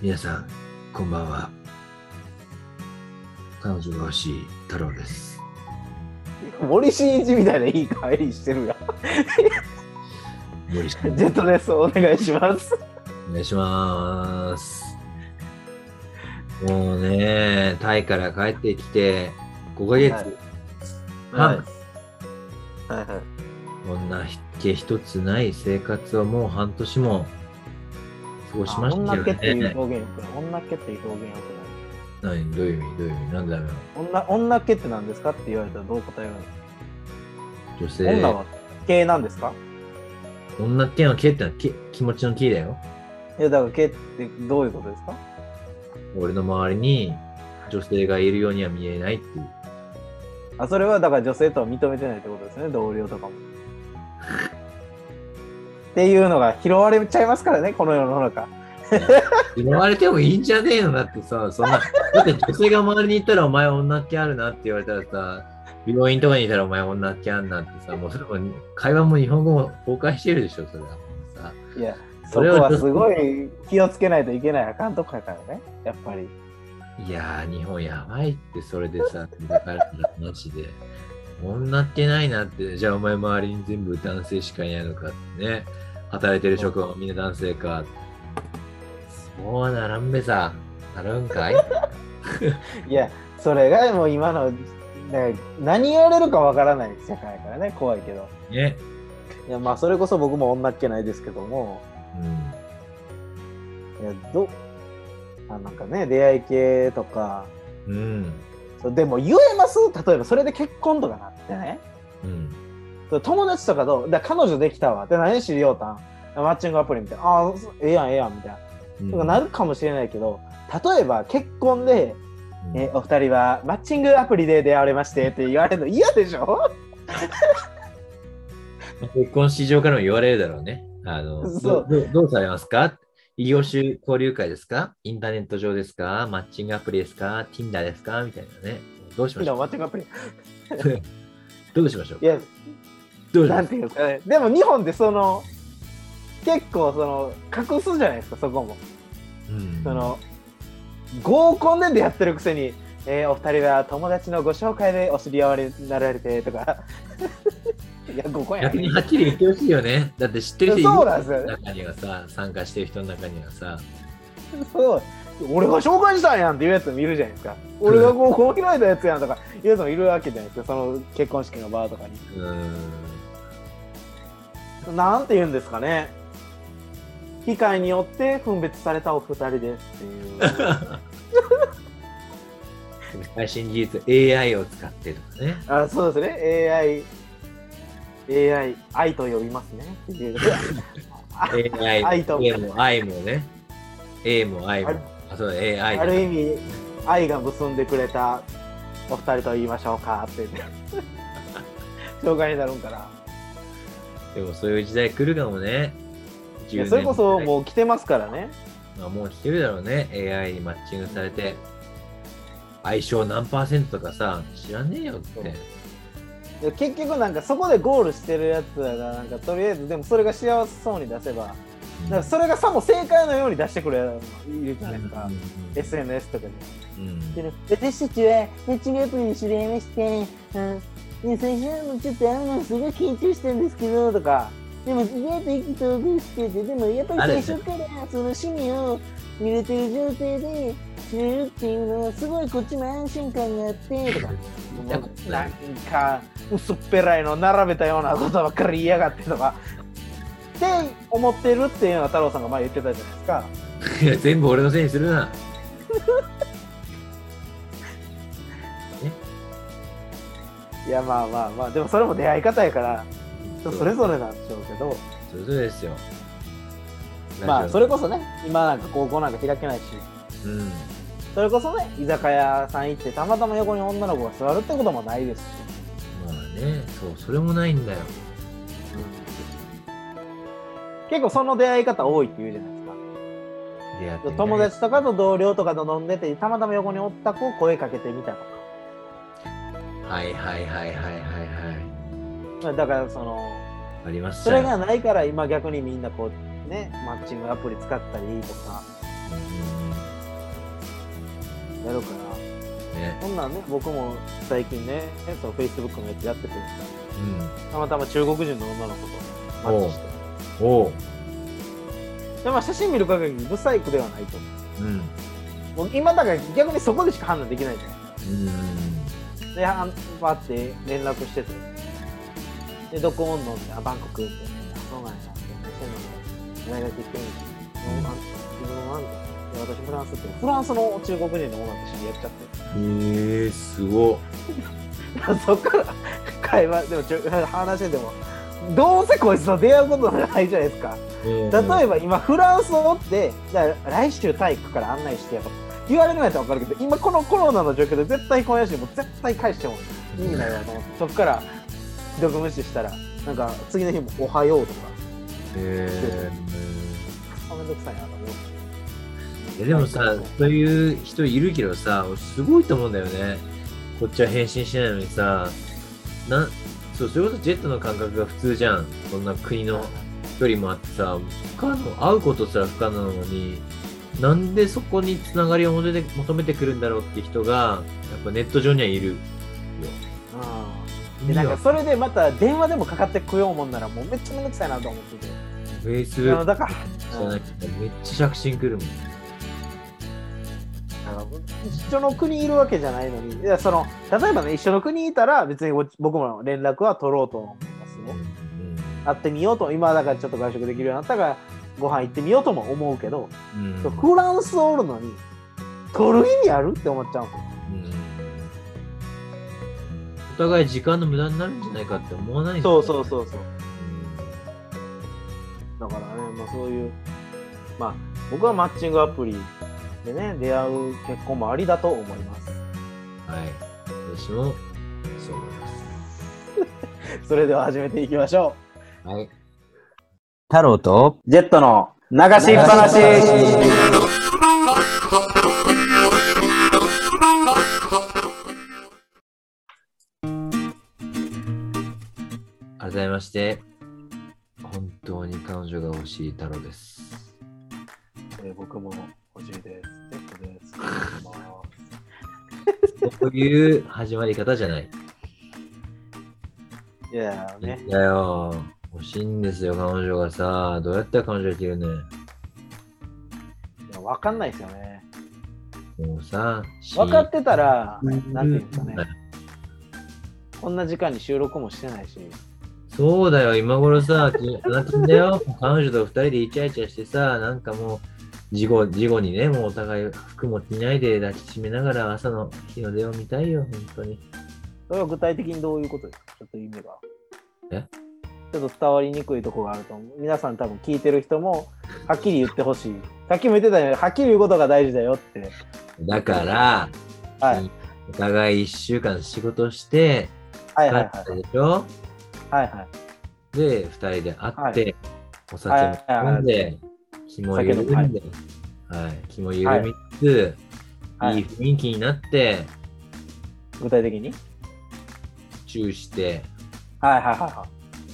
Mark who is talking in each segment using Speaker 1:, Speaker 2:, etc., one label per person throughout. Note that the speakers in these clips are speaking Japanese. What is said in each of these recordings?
Speaker 1: 皆さん、こんばんは。彼女が欲しい太郎です。
Speaker 2: 森進一みたいないい帰りしてるや
Speaker 1: 無理し
Speaker 2: ん。ジェットです。お願いします。
Speaker 1: お願いします。もうね、タイから帰ってきて5ヶ月、
Speaker 2: はい。
Speaker 1: 半
Speaker 2: はいはい。
Speaker 1: こんな気一つない生活をもう半年も過ごしましたよ
Speaker 2: 女っけっていう
Speaker 1: ね。
Speaker 2: 表現よくない。女っけっていう表現よくない。
Speaker 1: 何どういう意味どういう意味なんだろう
Speaker 2: 女女っけって何ですかって言われたらどう答えるの、
Speaker 1: 女性
Speaker 2: 女は系なんですか
Speaker 1: 女っていうのは気ってのは気気持ちの気だよ。
Speaker 2: いやだから系ってどういうことですか
Speaker 1: 俺の周りに女性がいるようには見えないっていう。
Speaker 2: あそれはだから女性とは認めてないってことですね同僚と かも。っていうのが拾われちゃいますからねこの世の中。
Speaker 1: 言われてもいいんじゃねえのだってさ、そんな、だって女性が周りにいたらお前女っ気あるなって言われたらさ、病院とかにいたらお前女っ気あるなってさ、もうそれも会話も日本語も崩壊してるでしょ、それは。さ
Speaker 2: いやそ
Speaker 1: そ
Speaker 2: こ
Speaker 1: れは
Speaker 2: は
Speaker 1: ちょっと
Speaker 2: すごい気をつけないといけないあかんとこやからねやっぱり。
Speaker 1: いやー、日本やばいって、それでさ、だからマジで。女っ気ないなって、じゃあお前周りに全部男性しかいないのかってね。働いてる職場もみんな男性か。そうはならんべさ。なるんかい
Speaker 2: いやそれがもう今のね何言われるかわからない世界やからね怖いけど。
Speaker 1: ね。
Speaker 2: いやまあそれこそ僕も女っけないですけども。
Speaker 1: うん。
Speaker 2: いやどあなんかね出会い系とか
Speaker 1: うん。
Speaker 2: そうでも言えます例えばそれで結婚とかなってね
Speaker 1: うん。
Speaker 2: そう友達とかとだ彼女できたわって何しりようたんマッチングアプリみたいなああそええやんええやんみたいなとかなるかもしれないけど例えば結婚で、
Speaker 1: うん
Speaker 2: えお二人はマッチングアプリで出会われましてって言われるの嫌でしょ
Speaker 1: 結婚市場からも言われるだろうね。あの
Speaker 2: そう
Speaker 1: どどどうされますか異業種交流会ですかインターネット上ですかマッチングアプリですか ?Tinder ですかみたいなね。どうしま
Speaker 2: 昨
Speaker 1: しょう
Speaker 2: 日マッチングアプリ
Speaker 1: どうしましょう
Speaker 2: いや
Speaker 1: どうし
Speaker 2: な
Speaker 1: ま
Speaker 2: ん
Speaker 1: して
Speaker 2: いうんですかねでも日本ってその結構その隠すじゃないですかそこも。
Speaker 1: ょう、うん、
Speaker 2: その合コンで出会ってるくせに、えーお二人は友達のご紹介でお知り合いになられてとか いや合コンや
Speaker 1: 逆にはっきり言ってほしいよね。だって知ってる人いる
Speaker 2: そうなんですよね
Speaker 1: 中にはさ、参加してる人の中にはさ、
Speaker 2: そう俺が紹介したんやんっていうやつもいるじゃないですか俺が合コン開いたやつやんとかいうやつもいるわけじゃないですかその結婚式の場とかに
Speaker 1: うーん、
Speaker 2: なんて言うんですかね機会によって分別されたお二人ですっていう
Speaker 1: 最新技術 AI を使ってとかね。
Speaker 2: あそうですね AI AI 愛と呼びますねっていう
Speaker 1: AI
Speaker 2: 愛と
Speaker 1: A も I もね。A も I も。あ、そうだ、AI だ。
Speaker 2: ある意味愛が結んでくれたお二人と言いましょうか って言って紹介になるんかな
Speaker 1: でもそういう時代来るかもね。
Speaker 2: いやそれこそ
Speaker 1: う。
Speaker 2: もう来てますからね
Speaker 1: まあ、もう来てるだろうね。AI にマッチングされて。相性何パーセントとかさ、知らねえよって。
Speaker 2: そうで結局なんかそこでゴールしてるやつらがなんかとりあえずでもそれが幸せそうに出せば
Speaker 1: うん
Speaker 2: なんかそれがさも正解のように出してくれるやつもいるじゃないですか、
Speaker 1: う
Speaker 2: SNS とかに
Speaker 1: んうん
Speaker 2: でね私たちはマッチングアプリに知り合いまして、うん、で最初はもうちょっとあのすごい緊張したんですけどとかでも意外と意気投合しててでもやっぱり最初からその趣味を見れてる状態で知れるっていうのはすごいこっちも安心感があってとか。
Speaker 1: 見たことない
Speaker 2: んか薄っぺらいの並べたようなことばっかり言いやがってとかって思ってるっていうのは太郎さんが前言ってたじゃないですか
Speaker 1: いや全部俺のせいにするな。
Speaker 2: いやまあまあまあでもそれも出会い方やから人それぞれなんでしょうけど、
Speaker 1: それぞれですよ。
Speaker 2: まあそ
Speaker 1: れ。
Speaker 2: れこそね今なんか高校なんか開けないし
Speaker 1: うん。
Speaker 2: それこそね居酒屋さん行ってたまたま横に女の子が座るってこともないですし、
Speaker 1: まあね、そう、それもないんだよ。
Speaker 2: 結構その出会い方多いって言うじゃないですか
Speaker 1: 出会ってみない
Speaker 2: 友達とかと同僚とかと飲んでてたまたま横におった子を声かけてみたとか
Speaker 1: はいはいはいはいはいはい。
Speaker 2: だからその
Speaker 1: ありました
Speaker 2: それ
Speaker 1: よ
Speaker 2: がないから今逆にみんなこうねマッチングアプリ使ったりとか
Speaker 1: うん
Speaker 2: やろうかな。
Speaker 1: ね。
Speaker 2: そんなんね、僕も最近ね、その Facebook のやつやってて、
Speaker 1: う
Speaker 2: たまたま中国人の女の子とマッチして。
Speaker 1: ん。おう。
Speaker 2: でまあ、写真見る限り、ブサイクではないと思
Speaker 1: うん。
Speaker 2: う。もう今だから逆にそこでしか判断できないじゃない
Speaker 1: うん。
Speaker 2: で、あバーって連絡してて。で、どこおんのみたいな、バンコクって。あそうなんや。って大学行ってみて。
Speaker 1: うん
Speaker 2: あ自分はあんたで私フランスって。フランスの中国人の女と知り合っちゃっ
Speaker 1: ええすごっ。
Speaker 2: て。そっから会話、でもちょ話してても、どうせこいつと出会うことないじゃないですか。例え
Speaker 1: ば、
Speaker 2: ば今フランスを追って、じゃあ来週体育から案内してやろう。言われるのやったら分かるけど、今このコロナの状況で絶対今夜しもう絶対返してもいいなよと思ってそっから既読無視したらなんか次の日も「おはよう」とか
Speaker 1: え
Speaker 2: あめんどくさいなと思って
Speaker 1: えでもさ、そういう人いるけどさ、俺すごいと思うんだよね。こっちは返信しないのにさ、なんそう、それこそジェットの感覚が普通じゃん。そんな国の距離もあってさ、不可能、会うことすら不可能なのに、なんでそこにつながりを求めて求めてくるんだろうって人が、やっぱネット上にはいるよ。
Speaker 2: うんでなんかそれでまた電話でもかかってこようもんならもうめっちゃめんどくさいなと思ってて
Speaker 1: フェイスブッ
Speaker 2: あの
Speaker 1: ク
Speaker 2: だから
Speaker 1: じ
Speaker 2: う
Speaker 1: ゃ
Speaker 2: ん
Speaker 1: な
Speaker 2: だ
Speaker 1: くて、めっちゃ着信来るもん。
Speaker 2: から一緒の国にいるわけじゃないのにいやその例えばね一緒の国にいたら別に僕も連絡は取ろうと思います
Speaker 1: う
Speaker 2: ね
Speaker 1: ん
Speaker 2: 会ってみようと今だからちょっと外食できるようになったからご飯行ってみようとも思うけど
Speaker 1: うんうん
Speaker 2: フランスおるのに取る意味あるって思っちゃうんですよ
Speaker 1: うんお互い時間の無駄になるんじゃないかって思わない。
Speaker 2: そうそううそうそう。だからね、まあそういう、まあ僕はマッチングアプリでね、出会う結婚もありだと思います。
Speaker 1: はい。私もそう思いま
Speaker 2: それでは始めていきましょ
Speaker 1: す。はい。
Speaker 3: 太郎と
Speaker 2: う。ジェットの流しっぱなし。
Speaker 1: 改めまして、本当に彼女が欲しい太郎です。
Speaker 2: えー僕も欲しいです。ジェットです。
Speaker 1: そういう始まり方じゃない。
Speaker 2: いやーね、
Speaker 1: いやよ。欲しいんですよ、彼女がさ。どうやったら彼女できるね。
Speaker 2: いやわかんないですよね。
Speaker 1: もうさ、
Speaker 2: 分かってたら、
Speaker 1: うん
Speaker 2: なんていうんですかね。こんな時間に収録もしてないし。
Speaker 1: そうだよ、今頃さ、なってんだよ。彼女と二人でイチャイチャしてさ、なんかもう、事後、事後にね、もうお互い服も着ないで抱きしめながら朝の日の出を見たいよ、本当に。
Speaker 2: それは具体的にどういうことですかちょっと意味が。
Speaker 1: え
Speaker 2: ちょっと伝わりにくいところがあると思う。皆さん多分聞いてる人も、はっきり言ってほしい。さっきも言ってたよね、はっきり言うことが大事だよって。
Speaker 1: だから、
Speaker 2: はい。
Speaker 1: お互い一週間仕事して、
Speaker 2: はいは
Speaker 1: 帰
Speaker 2: いはい
Speaker 1: ったでしょ
Speaker 2: はい。はい
Speaker 1: で、二人で会って、お
Speaker 2: はい
Speaker 1: 酒も飲んで、
Speaker 2: はいはい
Speaker 1: 気も緩
Speaker 2: 酒
Speaker 1: んで、はい、気も緩みつつ、
Speaker 2: はい
Speaker 1: い、い
Speaker 2: はい。
Speaker 1: 雰囲気になって、
Speaker 2: 具体的に
Speaker 1: チューして、
Speaker 2: はいはいはいは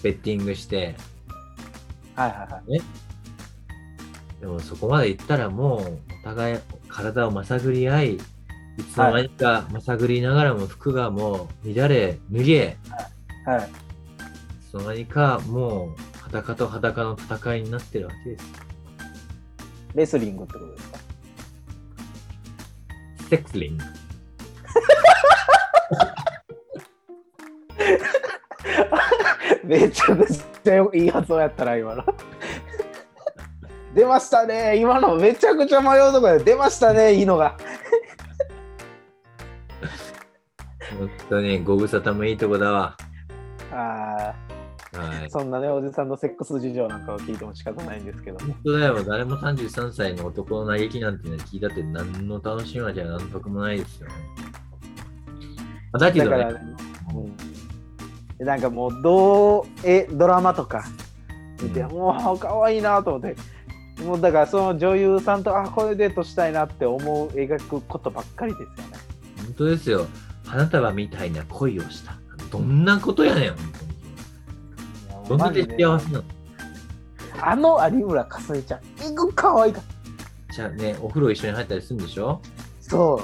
Speaker 1: ベッティングして、
Speaker 2: い。はいはいはい。
Speaker 1: でもそこまで行ったらもうお互い体をまさぐり合い、いつの間にかまさぐりながらも服がもう乱れ、脱げ、
Speaker 2: はい、
Speaker 1: いつの間にかもう裸と裸の戦いになってるわけです。
Speaker 2: レスリングってことですか
Speaker 1: セックスリング。
Speaker 2: めちゃくちゃいい発音やったな、今の。 出ましたね、今のめちゃくちゃ迷うところで出ましたね、いいのが。
Speaker 1: 本当にご無沙汰もいいとこだわ。
Speaker 2: あ
Speaker 1: はい
Speaker 2: ー。 そんなね、おじさんのセックス事情なんかを聞いても仕方ないんですけど。
Speaker 1: 本当だよ、誰も33歳の男の嘆きなんて、ね、聞いたって何の楽しみはじゃ何得もないですよ。だけ
Speaker 2: だ
Speaker 1: ど
Speaker 2: か
Speaker 1: ね
Speaker 2: ら、、ね、うん、なんかもうどうえドラマとか見て、
Speaker 1: うん
Speaker 2: もう可愛いなと思ってもうだからその女優さんとあこれデートしたいなって思う描くことばっかりですよね
Speaker 1: 本当ですよ。花束みたいな恋をした。どんなことやねん、本
Speaker 2: いやもう
Speaker 1: 当に。どんだけ
Speaker 2: マジで
Speaker 1: 幸せなの
Speaker 2: あの有村架純ちゃんえぐ可愛いかった
Speaker 1: じゃあね、お風呂一緒に入ったりするんでしょ
Speaker 2: そ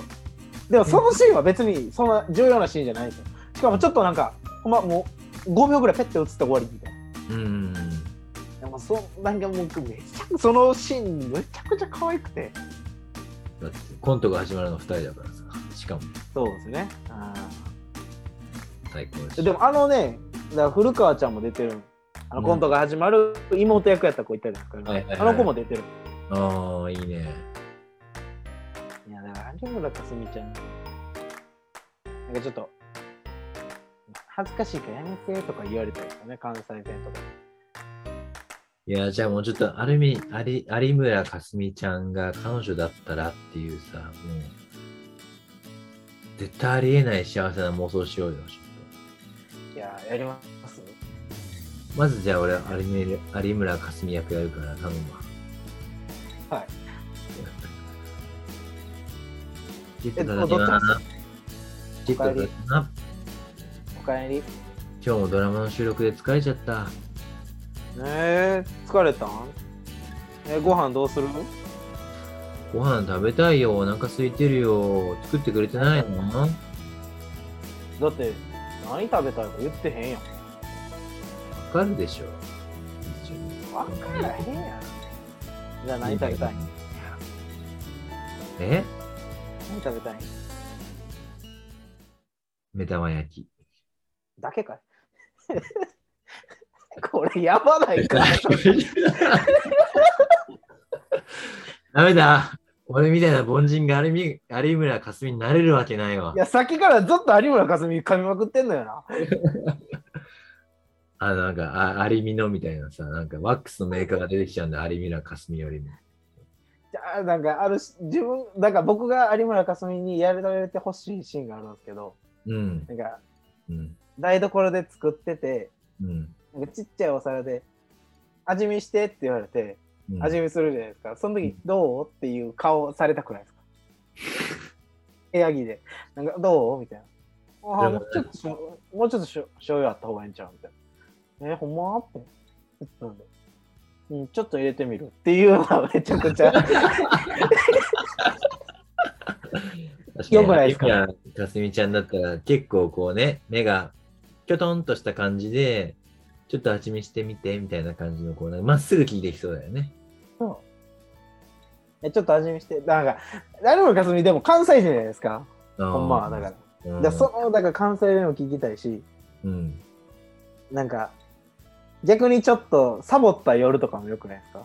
Speaker 2: うでもそのシーンは別にそんな重要なシーンじゃないんですよしかもちょっとなんかほんまもう5秒ぐらいペッて映って終わりみたいな
Speaker 1: うん。
Speaker 2: でもそなんかもうめちゃくそのシーンめちゃくちゃ可愛くて
Speaker 1: だってコントが始まるの二人だからさ。しかも
Speaker 2: そうですね
Speaker 1: 最高だし
Speaker 2: でもあのねだから古川ちゃんも出てるあの
Speaker 1: うん
Speaker 2: コントが始まる妹役やった子いたじゃないですか、
Speaker 1: はいはいはい
Speaker 2: あの子も出てる
Speaker 1: ああ、いいね。
Speaker 2: いやだから有村架純ちゃんなんかちょっと恥ずかしいからやめてとか言われたりとかね関西弁とか
Speaker 1: いや、じゃあもうちょっと、ある意味、有有村架純ちゃんが彼女だったらっていうさ、もう、絶対ありえない幸せな妄想しようよ、ちょっ
Speaker 2: いややります
Speaker 1: と。まずじゃあ俺、有村有村架純役やるから頼むわ。
Speaker 2: はい。
Speaker 1: ゲットだけな。ゲットだけな。
Speaker 2: おかえり
Speaker 1: 今日もドラマの収録で疲れちゃった。
Speaker 2: えー、疲れたんえご飯どうする
Speaker 1: ご飯食べたいよ。お腹空いてるよ。作ってくれてないの
Speaker 2: だって何食べたいか言ってへんやん
Speaker 1: わかるでしょ。
Speaker 2: 分からへんやんじゃあ何食べたい
Speaker 1: え
Speaker 2: 何食べたい
Speaker 1: 目玉焼き。
Speaker 2: だけかい これやばないか
Speaker 1: ダメだ。俺みたいな凡人が有み有村架純になれるわけないわ
Speaker 2: い。やさっきからずっと有村架純噛みまくってんのよな
Speaker 1: あ、なんか、あ有美のみたいなさ、なんかワックスのメーカーが出てきちゃうんだ、有村架純よりも。
Speaker 2: じゃあなんかあるし自分なんか僕が有村架純にやられてほしいシーンがあるんですけど
Speaker 1: うん。
Speaker 2: なんか
Speaker 1: うん。
Speaker 2: 台所で作ってて
Speaker 1: うん。
Speaker 2: なんかちっちゃいお皿で味見してって言われて
Speaker 1: うん
Speaker 2: 味見するじゃないですか、その時どうっていう顔されたくないですか 部屋着でなんかどうみたいなあー
Speaker 1: でもね
Speaker 2: もうちょっとしょもうちょっとしょ醤油あった方がいいんちゃうみたいなえほんまってなんでうん、ちょっと入れてみるっていうのは めちゃくちゃ
Speaker 1: 確かに
Speaker 2: よくないですか
Speaker 1: 有村架純ちゃんだったら結構こうね、目がきょとんとした感じで、ちょっと味見してみてみたいな感じのこう、なんかまっすぐ聞いてきそうだよね。
Speaker 2: そうえちょっと味見してなんか誰もかすみでも関西人じゃないですかほんまはだからら,、だからそのだから関西弁も聞きたいし
Speaker 1: うん。
Speaker 2: なんか逆にちょっとサボった夜とかもよくないですか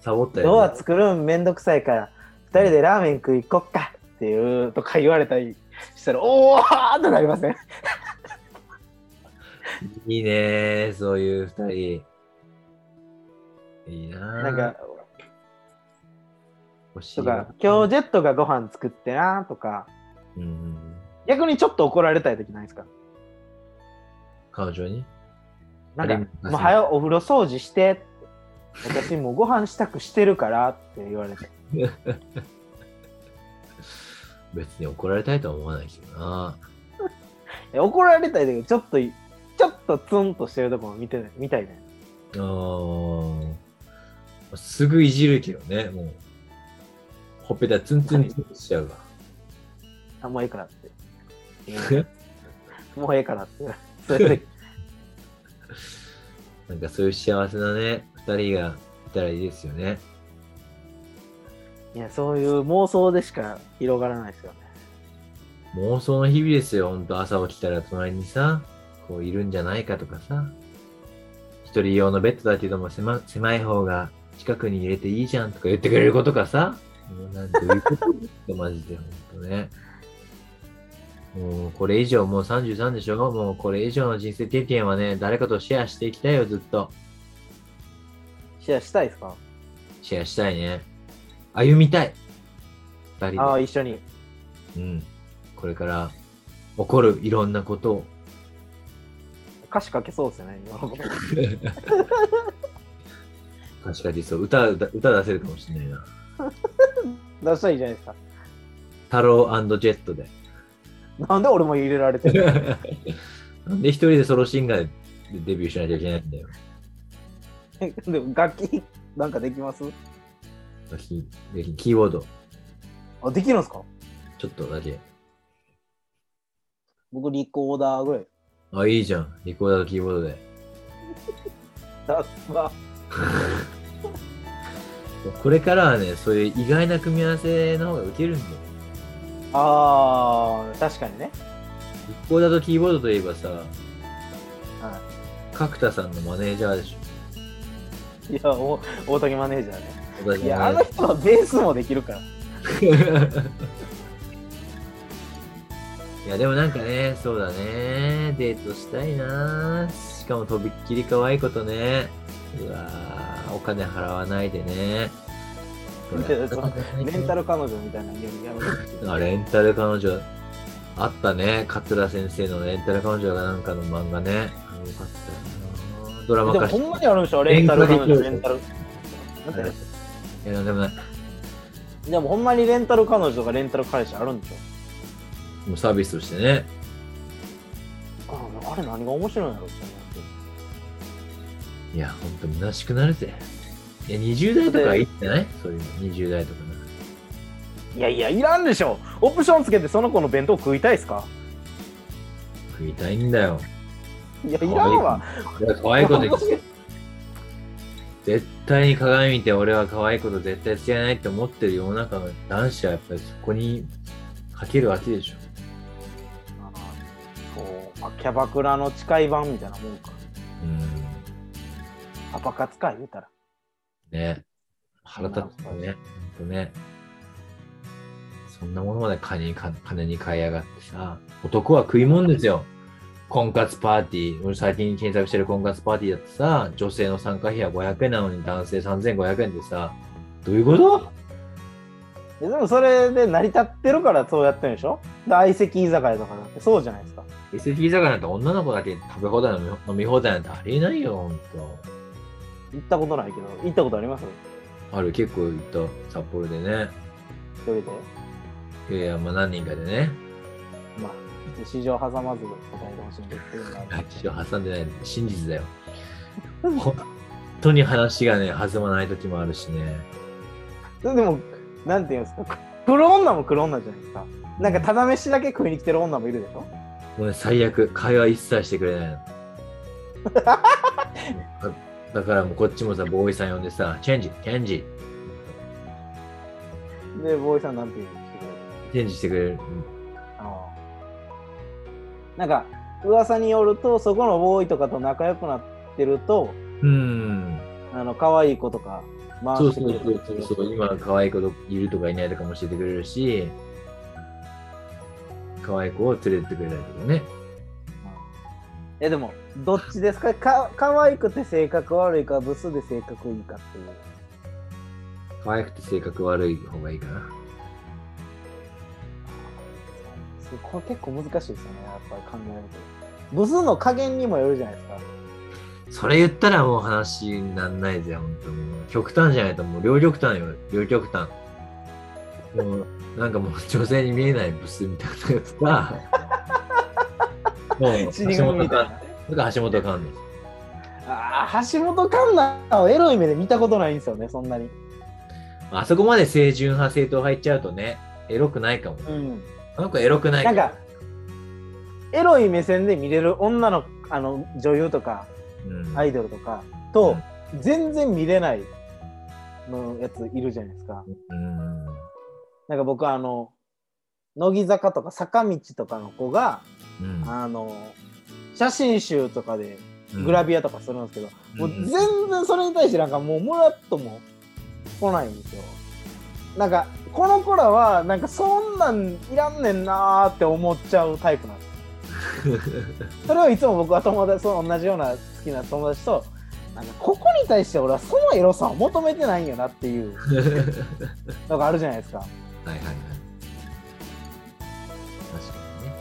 Speaker 1: サボった
Speaker 2: ド
Speaker 1: よ、
Speaker 2: ア作るんめんどくさいから二人でラーメン食い行こっかっていうとか言われたりしたらおおーってなりません
Speaker 1: いいねそういう二人。いいな
Speaker 2: なんか
Speaker 1: 欲しい
Speaker 2: と
Speaker 1: わ
Speaker 2: か今日ジェットがご飯作ってなとか
Speaker 1: うん。
Speaker 2: 逆にちょっと怒られたい時ないですか
Speaker 1: 彼女に
Speaker 2: なん
Speaker 1: あ
Speaker 2: か
Speaker 1: り
Speaker 2: 「
Speaker 1: ます
Speaker 2: もう早うお風呂掃除して」って私もうご飯支度してるからって言われて
Speaker 1: 別に怒られたいとは思わないけどな。
Speaker 2: え怒られたい時ちょっとちょっとツンとしてるとこも見てないみたいな
Speaker 1: あーすぐいじるけどね、もう。ほっぺたツンツンツンしちゃうわ。
Speaker 2: あもうええか らってもうええからってそういう時
Speaker 1: なんかそういう幸せなね、二人がいたらいいですよね。
Speaker 2: いやそういう妄想でしか広がらないですよね
Speaker 1: 妄想の日々ですよ、ほんと。朝起きたら隣にさ、こういるんじゃないかとかさ。一人用のベッドだけども狭狭い方が近くに入れていいじゃんとか言ってくれることかさ。もうなんていうことマジでほんとね。もうこれ以上、もう33でしょもうこれ以上の人生経験はね、誰かとシェアしていきたいよ、ずっと。
Speaker 2: シェアしたいですか
Speaker 1: シェアしたいね。歩みたい。二人
Speaker 2: ああ
Speaker 1: で。
Speaker 2: 一緒に
Speaker 1: うん。これから起こるいろんなことを。
Speaker 2: 歌詞書けそうですよね今 の
Speaker 1: 確かにそう。歌、歌歌出せるかもしれないな。
Speaker 2: 出したらいいじゃないですか
Speaker 1: 太郎ジェットで。
Speaker 2: なんで俺も入れられてる
Speaker 1: なんで一人でソロシンガーでデビューしなきゃいけないんだよ。
Speaker 2: でも楽器なんかできます
Speaker 1: キーキーボード。
Speaker 2: あできるんですか
Speaker 1: ちょっとだけ。
Speaker 2: 僕、リコーダーぐらい。
Speaker 1: あ、いいじゃん。リコーダーとキーボードで。
Speaker 2: さすが。
Speaker 1: これからはね、そういう意外な組み合わせの方がウケるんだよ。
Speaker 2: ああ、確かにね。
Speaker 1: リコーダーとキーボードといえばさ、
Speaker 2: は
Speaker 1: 角田さんのマネージャーでしょ。
Speaker 2: い。いや、お大竹マネージャーね。
Speaker 1: 私
Speaker 2: いや、あの人はベースもできるから。
Speaker 1: いやでもなんかね、そうだね。デートしたいな。しかもとびっきり可愛いことね。うわーお金払わないでね。
Speaker 2: いやそうレンタル彼女みたいなゲームやろうとしてる
Speaker 1: あレンタル彼女。あったね。桂先生のレンタル彼女がなんかの漫画ね。よかったよな。ドラマ
Speaker 2: でも
Speaker 1: 化し
Speaker 2: ほんまにあるんでしょレンタル彼女、レンタル。だってね
Speaker 1: いや、なんでもない。
Speaker 2: でもほんまにレンタル彼女とかレンタル彼氏あるんでしょ
Speaker 1: もうサービスとしてね。
Speaker 2: ああれ何が面白いんやろって
Speaker 1: いや、ほんと虚しくなるぜ。いや、20代とかいいんじゃないそういうの、20代とかな。
Speaker 2: いやいやいらんでしょオプションつけてその子の弁当食いたいっすか
Speaker 1: 食いたいんだよ。
Speaker 2: いやいらんわ
Speaker 1: いや可愛いこと言って
Speaker 2: 面白い
Speaker 1: 絶対に鏡見て俺は可愛いこと絶対付き合えないって思ってる世の中の男子はやっぱりそこにかけるわけでしょ。
Speaker 2: そうかキャバクラの近い版みたいなもんか
Speaker 1: うん。
Speaker 2: パパ活か言うたら
Speaker 1: ね。腹立つよね。ほんとね。そんなものまで金にか金に買いやがってさ。男は食いもんですよ。婚活パーティー。俺最近検索してる婚活パーティーだってさ、女性の参加費は500円なのに男性3500円でさ、どういうこと
Speaker 2: ででもそれで成り立ってるからそうやってるんでしょで相席居酒屋とかだってそうじゃないですか
Speaker 1: ?SF 居酒屋なんて女の子だけ食べ放題飲み飲み放題なんてありえないよ、ほんと。
Speaker 2: 行ったことないけど行ったことあります
Speaker 1: ある、結構行った、札幌でね。
Speaker 2: 一人で
Speaker 1: いやいや、まあ何人かでね。
Speaker 2: まあ市場挟まず答えてほしいんですけ
Speaker 1: 一
Speaker 2: ど
Speaker 1: 応挟んでない真実だよ。本当に話がね、弾まない時もあるしね。
Speaker 2: でも、なんていうんですか、黒女も黒女じゃないですか。なんか、ただ飯だけ食いに来てる女もいるでしょ
Speaker 1: もうね、最悪、会話一切してくれないの。 だだからもうこっちもさ、ボーイさん呼んでさ、チェンジ、チェンジ、
Speaker 2: で、ボーイさんなんていうんですか
Speaker 1: チェンジしてくれる。
Speaker 2: あのなんか、噂によると、そこのボーイとかと仲良くなってると、
Speaker 1: うん。
Speaker 2: あの、可愛い子とか、回
Speaker 1: そう
Speaker 2: して
Speaker 1: そう
Speaker 2: くれる
Speaker 1: そうそうそう、今可愛い子といるとかいないとかも教えてくれるし、可愛い子を連れてってくれたりとかね。
Speaker 2: え、でも、どっちですかか可愛くて性格悪いか、ブスで性格いいかっていう。
Speaker 1: 可愛くて性格悪い方がいいかな。
Speaker 2: そうこれ結構難しいですよね、やっぱり考えると。ブスの加減にもよるじゃないですか。
Speaker 1: それ言ったらもう話になんないぜ、本当もう極端じゃないともう両極端よ、両極端。もうなんかもう女性に見えないブスみたいなやつ が、もう
Speaker 2: 死
Speaker 1: 橋
Speaker 2: 神
Speaker 1: 本環
Speaker 2: みたいな
Speaker 1: 奈。。それから橋本環奈。
Speaker 2: ああ、橋本環奈をエロい目で見たことないんですよね、そんなに。
Speaker 1: あそこまで清純派、正統派いっちゃうとね、エロくないかも。
Speaker 2: うん。
Speaker 1: あの子エロくない
Speaker 2: なんか、エロい目線で見れる女のあの女優とか、
Speaker 1: うん、
Speaker 2: アイドルとかと、全然見れないのやついるじゃないですか。
Speaker 1: うん。
Speaker 2: なんか僕はあの、乃木坂とか坂道とかの子が、
Speaker 1: うん。
Speaker 2: あの、写真集とかでグラ
Speaker 1: ビ
Speaker 2: ビアとかするんですけど、もう
Speaker 1: うん
Speaker 2: 全然それに対してなんかもうもらっとも来ないんですよ。なんかこの子らはなんかそんなんいらんねんなーって思っちゃうタイプなんですよ。それをいつも僕は友達その同じような好きな友達となんかここに対して俺はそのエロさを求めてないんよなっていうのがあるじゃないですか。
Speaker 1: はいはいはい。確かにね。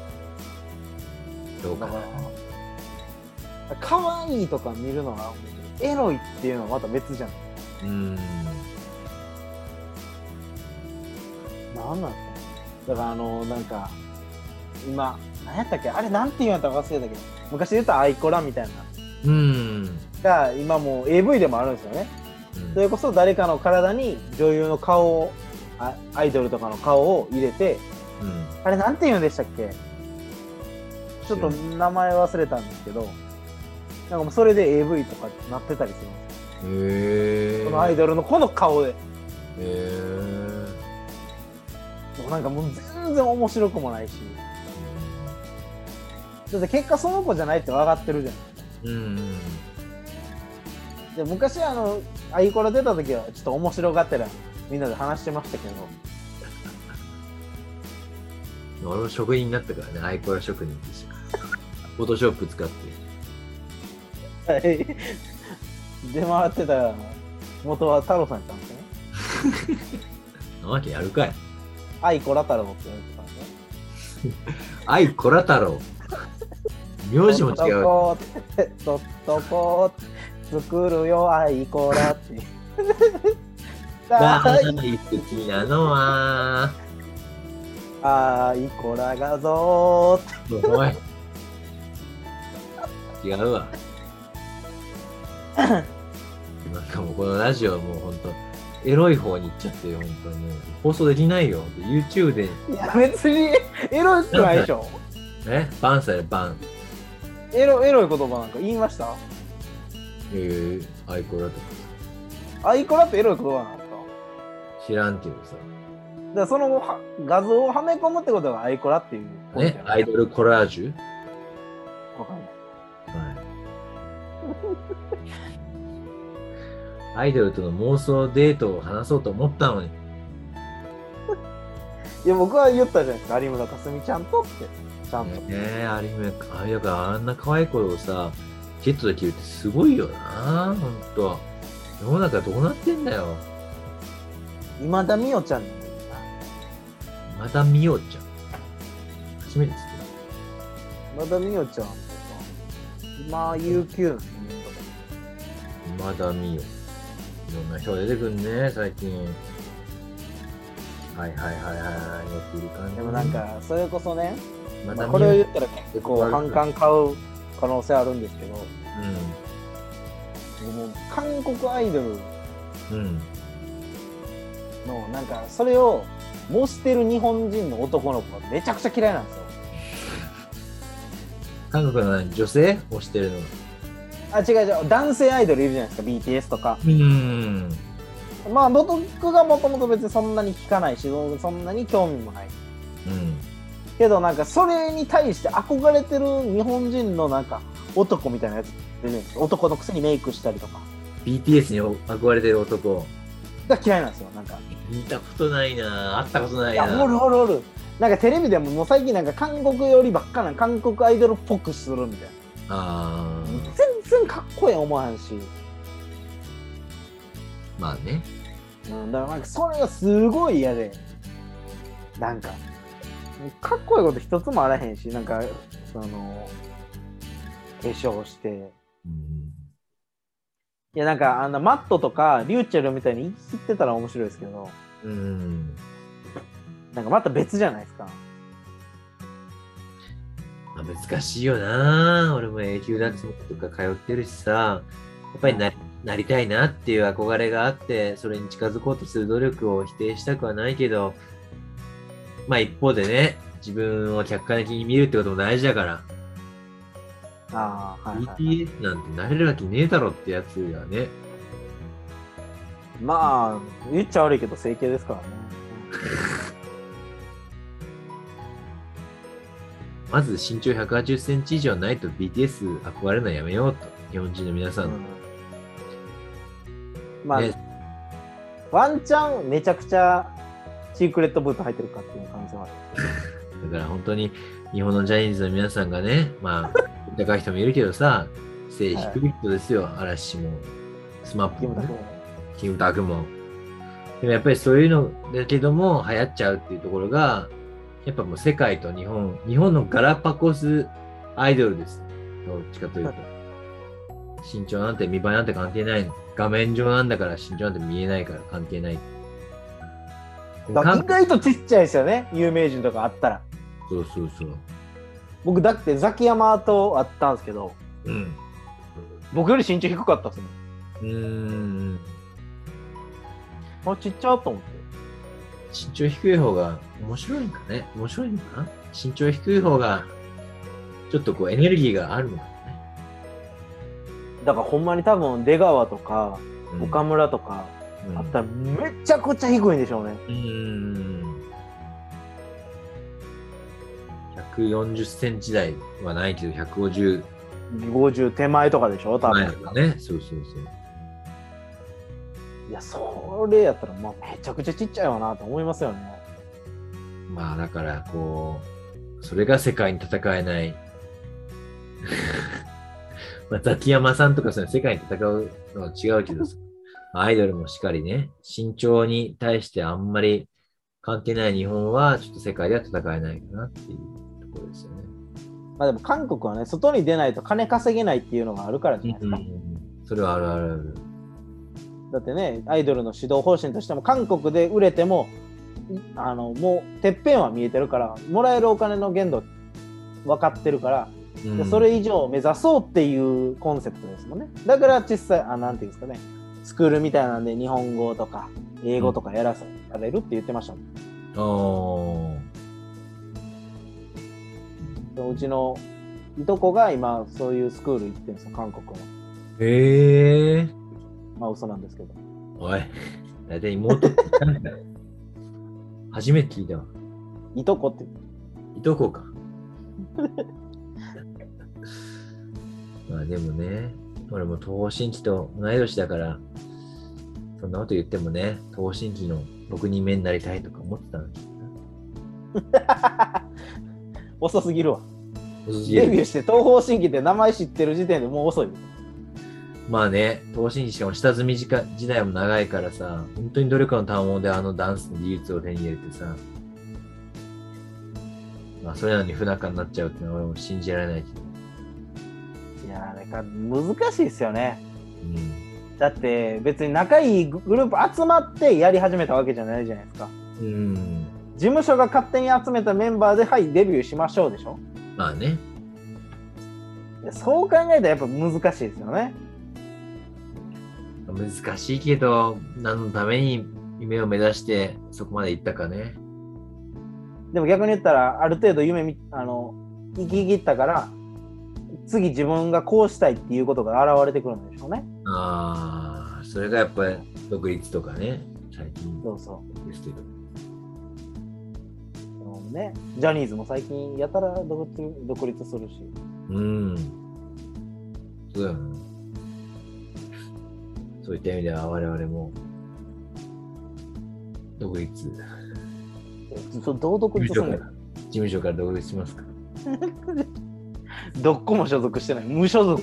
Speaker 1: どう
Speaker 2: だ
Speaker 1: かな。
Speaker 2: から可愛いとか見るのはエロいっていうのはまた別じゃん。
Speaker 1: うん。
Speaker 2: なんなんですかねだからあのなんか今何やったっけあれなんて言うんやったか忘れたけど昔で言ったアイコラみたいな
Speaker 1: うん。
Speaker 2: が今もう AV でもあるんですよねそれこそ誰かの体に女優の顔をあアイドルとかの顔を入れて
Speaker 1: うん。
Speaker 2: あれなんて言うんでしたっけちょっと名前忘れたんですけど、なんかもうそれで AV とかなってたりするん
Speaker 1: へ
Speaker 2: ですよ
Speaker 1: え。
Speaker 2: このアイドルのこの顔で。
Speaker 1: へえ。
Speaker 2: もうなんかもう全然面白くもないし。だって結果その子じゃないって分かってるじゃん。
Speaker 1: うん。
Speaker 2: で昔あの、アイコラ出た時はちょっと面白がってらみんなで話してましたけど、
Speaker 1: うん、俺も職人になったからね、アイコラ職人ですよ。フォトショップ使って。
Speaker 2: はい出回ってた元は太郎さんやったんですよね。
Speaker 1: なわけやるかい。
Speaker 2: アイコラ太郎って言われてたんですね。
Speaker 1: アイコラ太郎。名字も違 う。
Speaker 2: とっとこって、とっとこって、作るよ、アイコラって。
Speaker 1: 大
Speaker 2: 大
Speaker 1: 好きなのは。
Speaker 2: アイコラ画像って。
Speaker 1: もうおい。違うわ。なんかもうこのラジオはもうほんと、エロい方に行っちゃってるよ、本当に。もう放送できないよ。YouTube で、
Speaker 2: いや、別にエロくないでしょ。
Speaker 1: ね、バンされバン。
Speaker 2: エロ、エロい言葉なんか言いました
Speaker 1: えー、アイコラとか
Speaker 2: アイコラってエロい言葉なんですか
Speaker 1: 知らんけどさ。
Speaker 2: だからそのは画像をはめ込むってことがアイコラっていうことじゃ
Speaker 1: ね、
Speaker 2: な
Speaker 1: ア
Speaker 2: い
Speaker 1: イドルコラージュ
Speaker 2: わかんない
Speaker 1: はい。アイドルとの妄想デートを話そうと思ったのに。
Speaker 2: いや、僕は言ったじゃないですか。有村架純ちゃんとって。ちゃんと。
Speaker 1: ねえ、有村か、有村があんな可愛い子をさ、ゲットできるってすごいよな、ほんと。世の中どうなってんだよ。
Speaker 2: 今田美桜ちゃんに。
Speaker 1: また見ようちゃん。初めてですね。
Speaker 2: 今田美桜ちゃんとか。今、UQ の人とか。
Speaker 1: まだ見よう。いろんな人が出てくんね、最近。はいはいはいはい。よくいる感じ。
Speaker 2: でもなん、か、それこそね、
Speaker 1: ま
Speaker 2: ま
Speaker 1: た
Speaker 2: あ、
Speaker 1: 見
Speaker 2: これ
Speaker 1: よ
Speaker 2: を言
Speaker 1: う。
Speaker 2: ったら結構反感買う可能性あるんですけど、でも韓国アイドル
Speaker 1: うん。うん。
Speaker 2: の、なんか、それを模してる日本人の男の子がめちゃくちゃ嫌いなんですよ。
Speaker 1: 韓国の何女性推してるの。
Speaker 2: あ、違う違う、男性アイドルいるじゃないですか、BTS とか。
Speaker 1: うん。
Speaker 2: まあ、僕がもともと別にそんなに聞かないし、そんなに興味もない。
Speaker 1: うん。
Speaker 2: けどなんかそれに対して憧れてる日本人のなんか男みたいなやつ出るんですよ男のくせにメイクしたりとか
Speaker 1: BTS に憧れてる男。
Speaker 2: が嫌いなんですよなんか
Speaker 1: 見たことないな会ったことないい
Speaker 2: や
Speaker 1: な
Speaker 2: おるおるおるなんかテレビでももう最近なんか韓国寄りばっかなん韓国アイドルっぽくするみたい
Speaker 1: あ
Speaker 2: な
Speaker 1: ー
Speaker 2: 全然かっこええ思わへんし、
Speaker 1: まあね
Speaker 2: うん、だからなんかそれがすごい嫌でなんかかっこいいこと一つもあらへんしなんかその化粧して
Speaker 1: うん
Speaker 2: いやなんかあのマットとかリューチェルみたいに生きてたら面白いですけど
Speaker 1: うん
Speaker 2: なんかまた別じゃないですか
Speaker 1: まあ難しいよな俺も永久脱毛とか通ってるしさやっぱりななりたいなっていう憧れがあってそれに近づこうとする努力を否定したくはないけどまあ一方でね自分を客観的に見るってことも大事だから
Speaker 2: ああはい、はい
Speaker 1: BTS なんてなれるわけねえだろってやつがね
Speaker 2: まあ言っちゃ悪いけど整形ですからね
Speaker 1: まず身長180センチ以上ないと BTS 憧れるのやめようと日本人の皆さん、
Speaker 2: まあ、
Speaker 1: ね
Speaker 2: ワンチャンめちゃくちゃシークレットブート入ってるかっていう感じはある
Speaker 1: だから本当に日本のジャニーズの皆さんがね、 まあ、高い人もいるけどさ、背低い人ですよ、嵐も、スマップ
Speaker 2: キム
Speaker 1: も、
Speaker 2: タク
Speaker 1: ね、
Speaker 2: も
Speaker 1: キムタクも。でもやっぱりそういうのだけども流行っちゃうっていうところが、やっぱもう世界と日本、日本のガラパゴスアイドルです。どっちかというと。身長なんて見栄えなんて関係ないの。画面上なんだから身長なんて見えないから関係ない。
Speaker 2: だから
Speaker 1: 韓
Speaker 2: 意外とちっちゃいですよね有名人とかあったら
Speaker 1: そうそうそう。
Speaker 2: 僕だってザキヤマとあったんですけど
Speaker 1: うん。
Speaker 2: 僕より身長低かったですもん
Speaker 1: うーん。
Speaker 2: あちっちゃと思って
Speaker 1: 身長低い方が面白いんかね面白いのかな身長低い方が、ちょっとこうエネルギーがあるのかね。
Speaker 2: だからほんまに多分出川とか
Speaker 1: うん
Speaker 2: 岡村とか
Speaker 1: うん
Speaker 2: あったらめちゃくちゃ低いんでしょうね。
Speaker 1: うーん。140センチ台はないけど、150
Speaker 2: 50手前とかでしょ多分、
Speaker 1: 前とかね。そうそうそう。
Speaker 2: い、やそれやったらまあめちゃくちゃちっちゃいわなと思いますよね。
Speaker 1: まあだから、こう、それが世界に戦えない。まあ、ザキヤマさんとかその世界に戦うのは違うけどさ、アイドルもしっかりね、身長に対してあんまり関係ない日本は、ちょっと世界では戦えないかなっていうところですよね。
Speaker 2: まあでも韓国はね外に出ないと金稼げないっていうのがあるからじゃないですか。
Speaker 1: それはあるあるある。
Speaker 2: だってねアイドルの指導方針としても韓国で売れてもあのもうてっぺんは見えてるからもらえるお金の限度分かってるから、でそれ以上を目指そうっていうコンセプトですもんねだから小さいあなんていうんですかねスクールみたいなんで日本語とか英語とかやらされるって言ってましたもん
Speaker 1: あー
Speaker 2: でうちのいとこが今そういうスクール行ってるんですよ韓国の
Speaker 1: へえ。
Speaker 2: まあ嘘なんですけど
Speaker 1: おい、大体妹って言ったんだよ。初めて聞いたわ。
Speaker 2: いとこって
Speaker 1: いとこか。まあでもね、俺も東進期と同い年だから、そんなこと言ってもね、東進期の6人目になりたいとか思ってたのに。
Speaker 2: 遅すぎるわ
Speaker 1: 遅すぎる
Speaker 2: デビューして東方神起って名前知ってる時点でもう遅いよ
Speaker 1: まあね、東進期しかも下積み時間時代も長いからさ、本当に努力の短毛であのダンスの技術を手に入れてさ、まあそれなのに不仲になっちゃうってのは俺も信じられないけど。
Speaker 2: いやーなんか難しいですよね。
Speaker 1: うん
Speaker 2: だって別に仲いいグループ集まってやり始めたわけじゃないじゃないです
Speaker 1: う
Speaker 2: か。。
Speaker 1: ん。
Speaker 2: 事務所が勝手に集めたメンバーではいデビューしましょうでしょ
Speaker 1: まあね。
Speaker 2: いやそう考えたらやっぱ難しいですよね。
Speaker 1: 難しいけど何のために夢を目指してそこまで行ったかね
Speaker 2: でも逆に言ったらある程度夢みあの生き切ったから次自分がこうしたいっていうことが現れてくるんでしょうね。
Speaker 1: ああそれがやっぱり独立とかね最近
Speaker 2: そうそう。
Speaker 1: ですけど
Speaker 2: でもね、ジャニーズも最近やたら独立独立するし。
Speaker 1: うんそうだよねそういった意味では我々も独立事
Speaker 2: そうどう独
Speaker 1: 務
Speaker 2: 立す
Speaker 1: 所
Speaker 2: るん
Speaker 1: か
Speaker 2: だ
Speaker 1: ら事務所から独立しますか
Speaker 2: どっこも所属してない。無所属。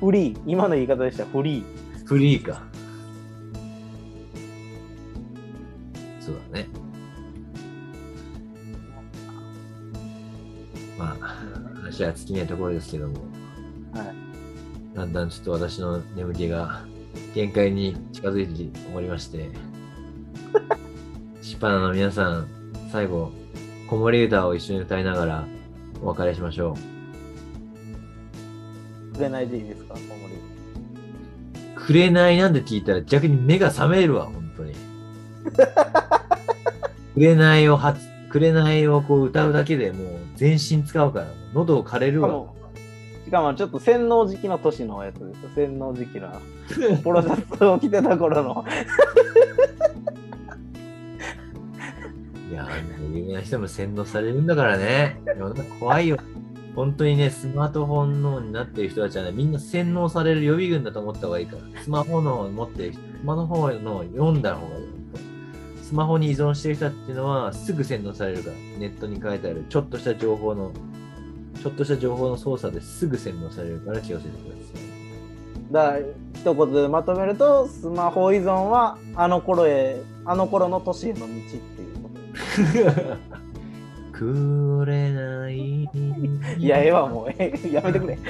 Speaker 2: フリー。今の言い方でしたらフリー。
Speaker 1: フリーかそうだねまあ話は尽きないところですけども、
Speaker 2: はい
Speaker 1: だんだんちょっと私の眠気が限界に近づいておりまして シパナの皆さん最後子守歌を一緒に歌いながらお別れしましょ
Speaker 2: 触れないでいいですか、小森。
Speaker 1: う「紅なんて聞いたら逆に目が覚めるわ本当に 紅を初紅をこう歌うだけでもう全身使うから喉を枯れ
Speaker 2: し
Speaker 1: る
Speaker 2: か
Speaker 1: わ
Speaker 2: も、しかもちょっと洗脳時期の年のやつです。洗脳時期の。ポロシャツを着てた頃の。
Speaker 1: いやー、あんな有名な人も洗脳されるんだからね。世の中怖いよ。本当にね、スマートフォン脳になってる人たちはね、みんな洗脳される予備軍だと思った方がいいから。スマホの持ってる人、スマホの読んだ方がいいよ。スマホに依存してる人っていうのは、すぐ洗脳されるから。ネットに書いてある、ちょっとした情報の、ちょっとした情報の操作ですぐ洗脳されるから気をつけてくださ
Speaker 2: だから一言でまとめると、スマホ依存はあの頃へ、あの頃の年への道っていうこ
Speaker 1: い。
Speaker 2: と。
Speaker 1: くれない。
Speaker 2: いや、ええわ、もう。 ええやめてくれ。
Speaker 1: も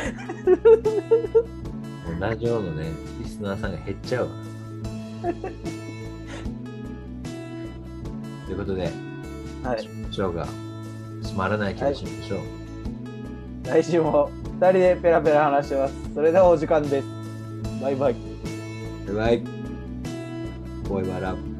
Speaker 1: うラジオのね、リスナーさんが減っち ゃうわ。ということで、
Speaker 2: はい。
Speaker 1: ショーがつまらない気がしましょう。
Speaker 2: 来週も二人でペラペラ話してます。それではお時間です。バイバイ。
Speaker 1: バイバイ。ボイバラ。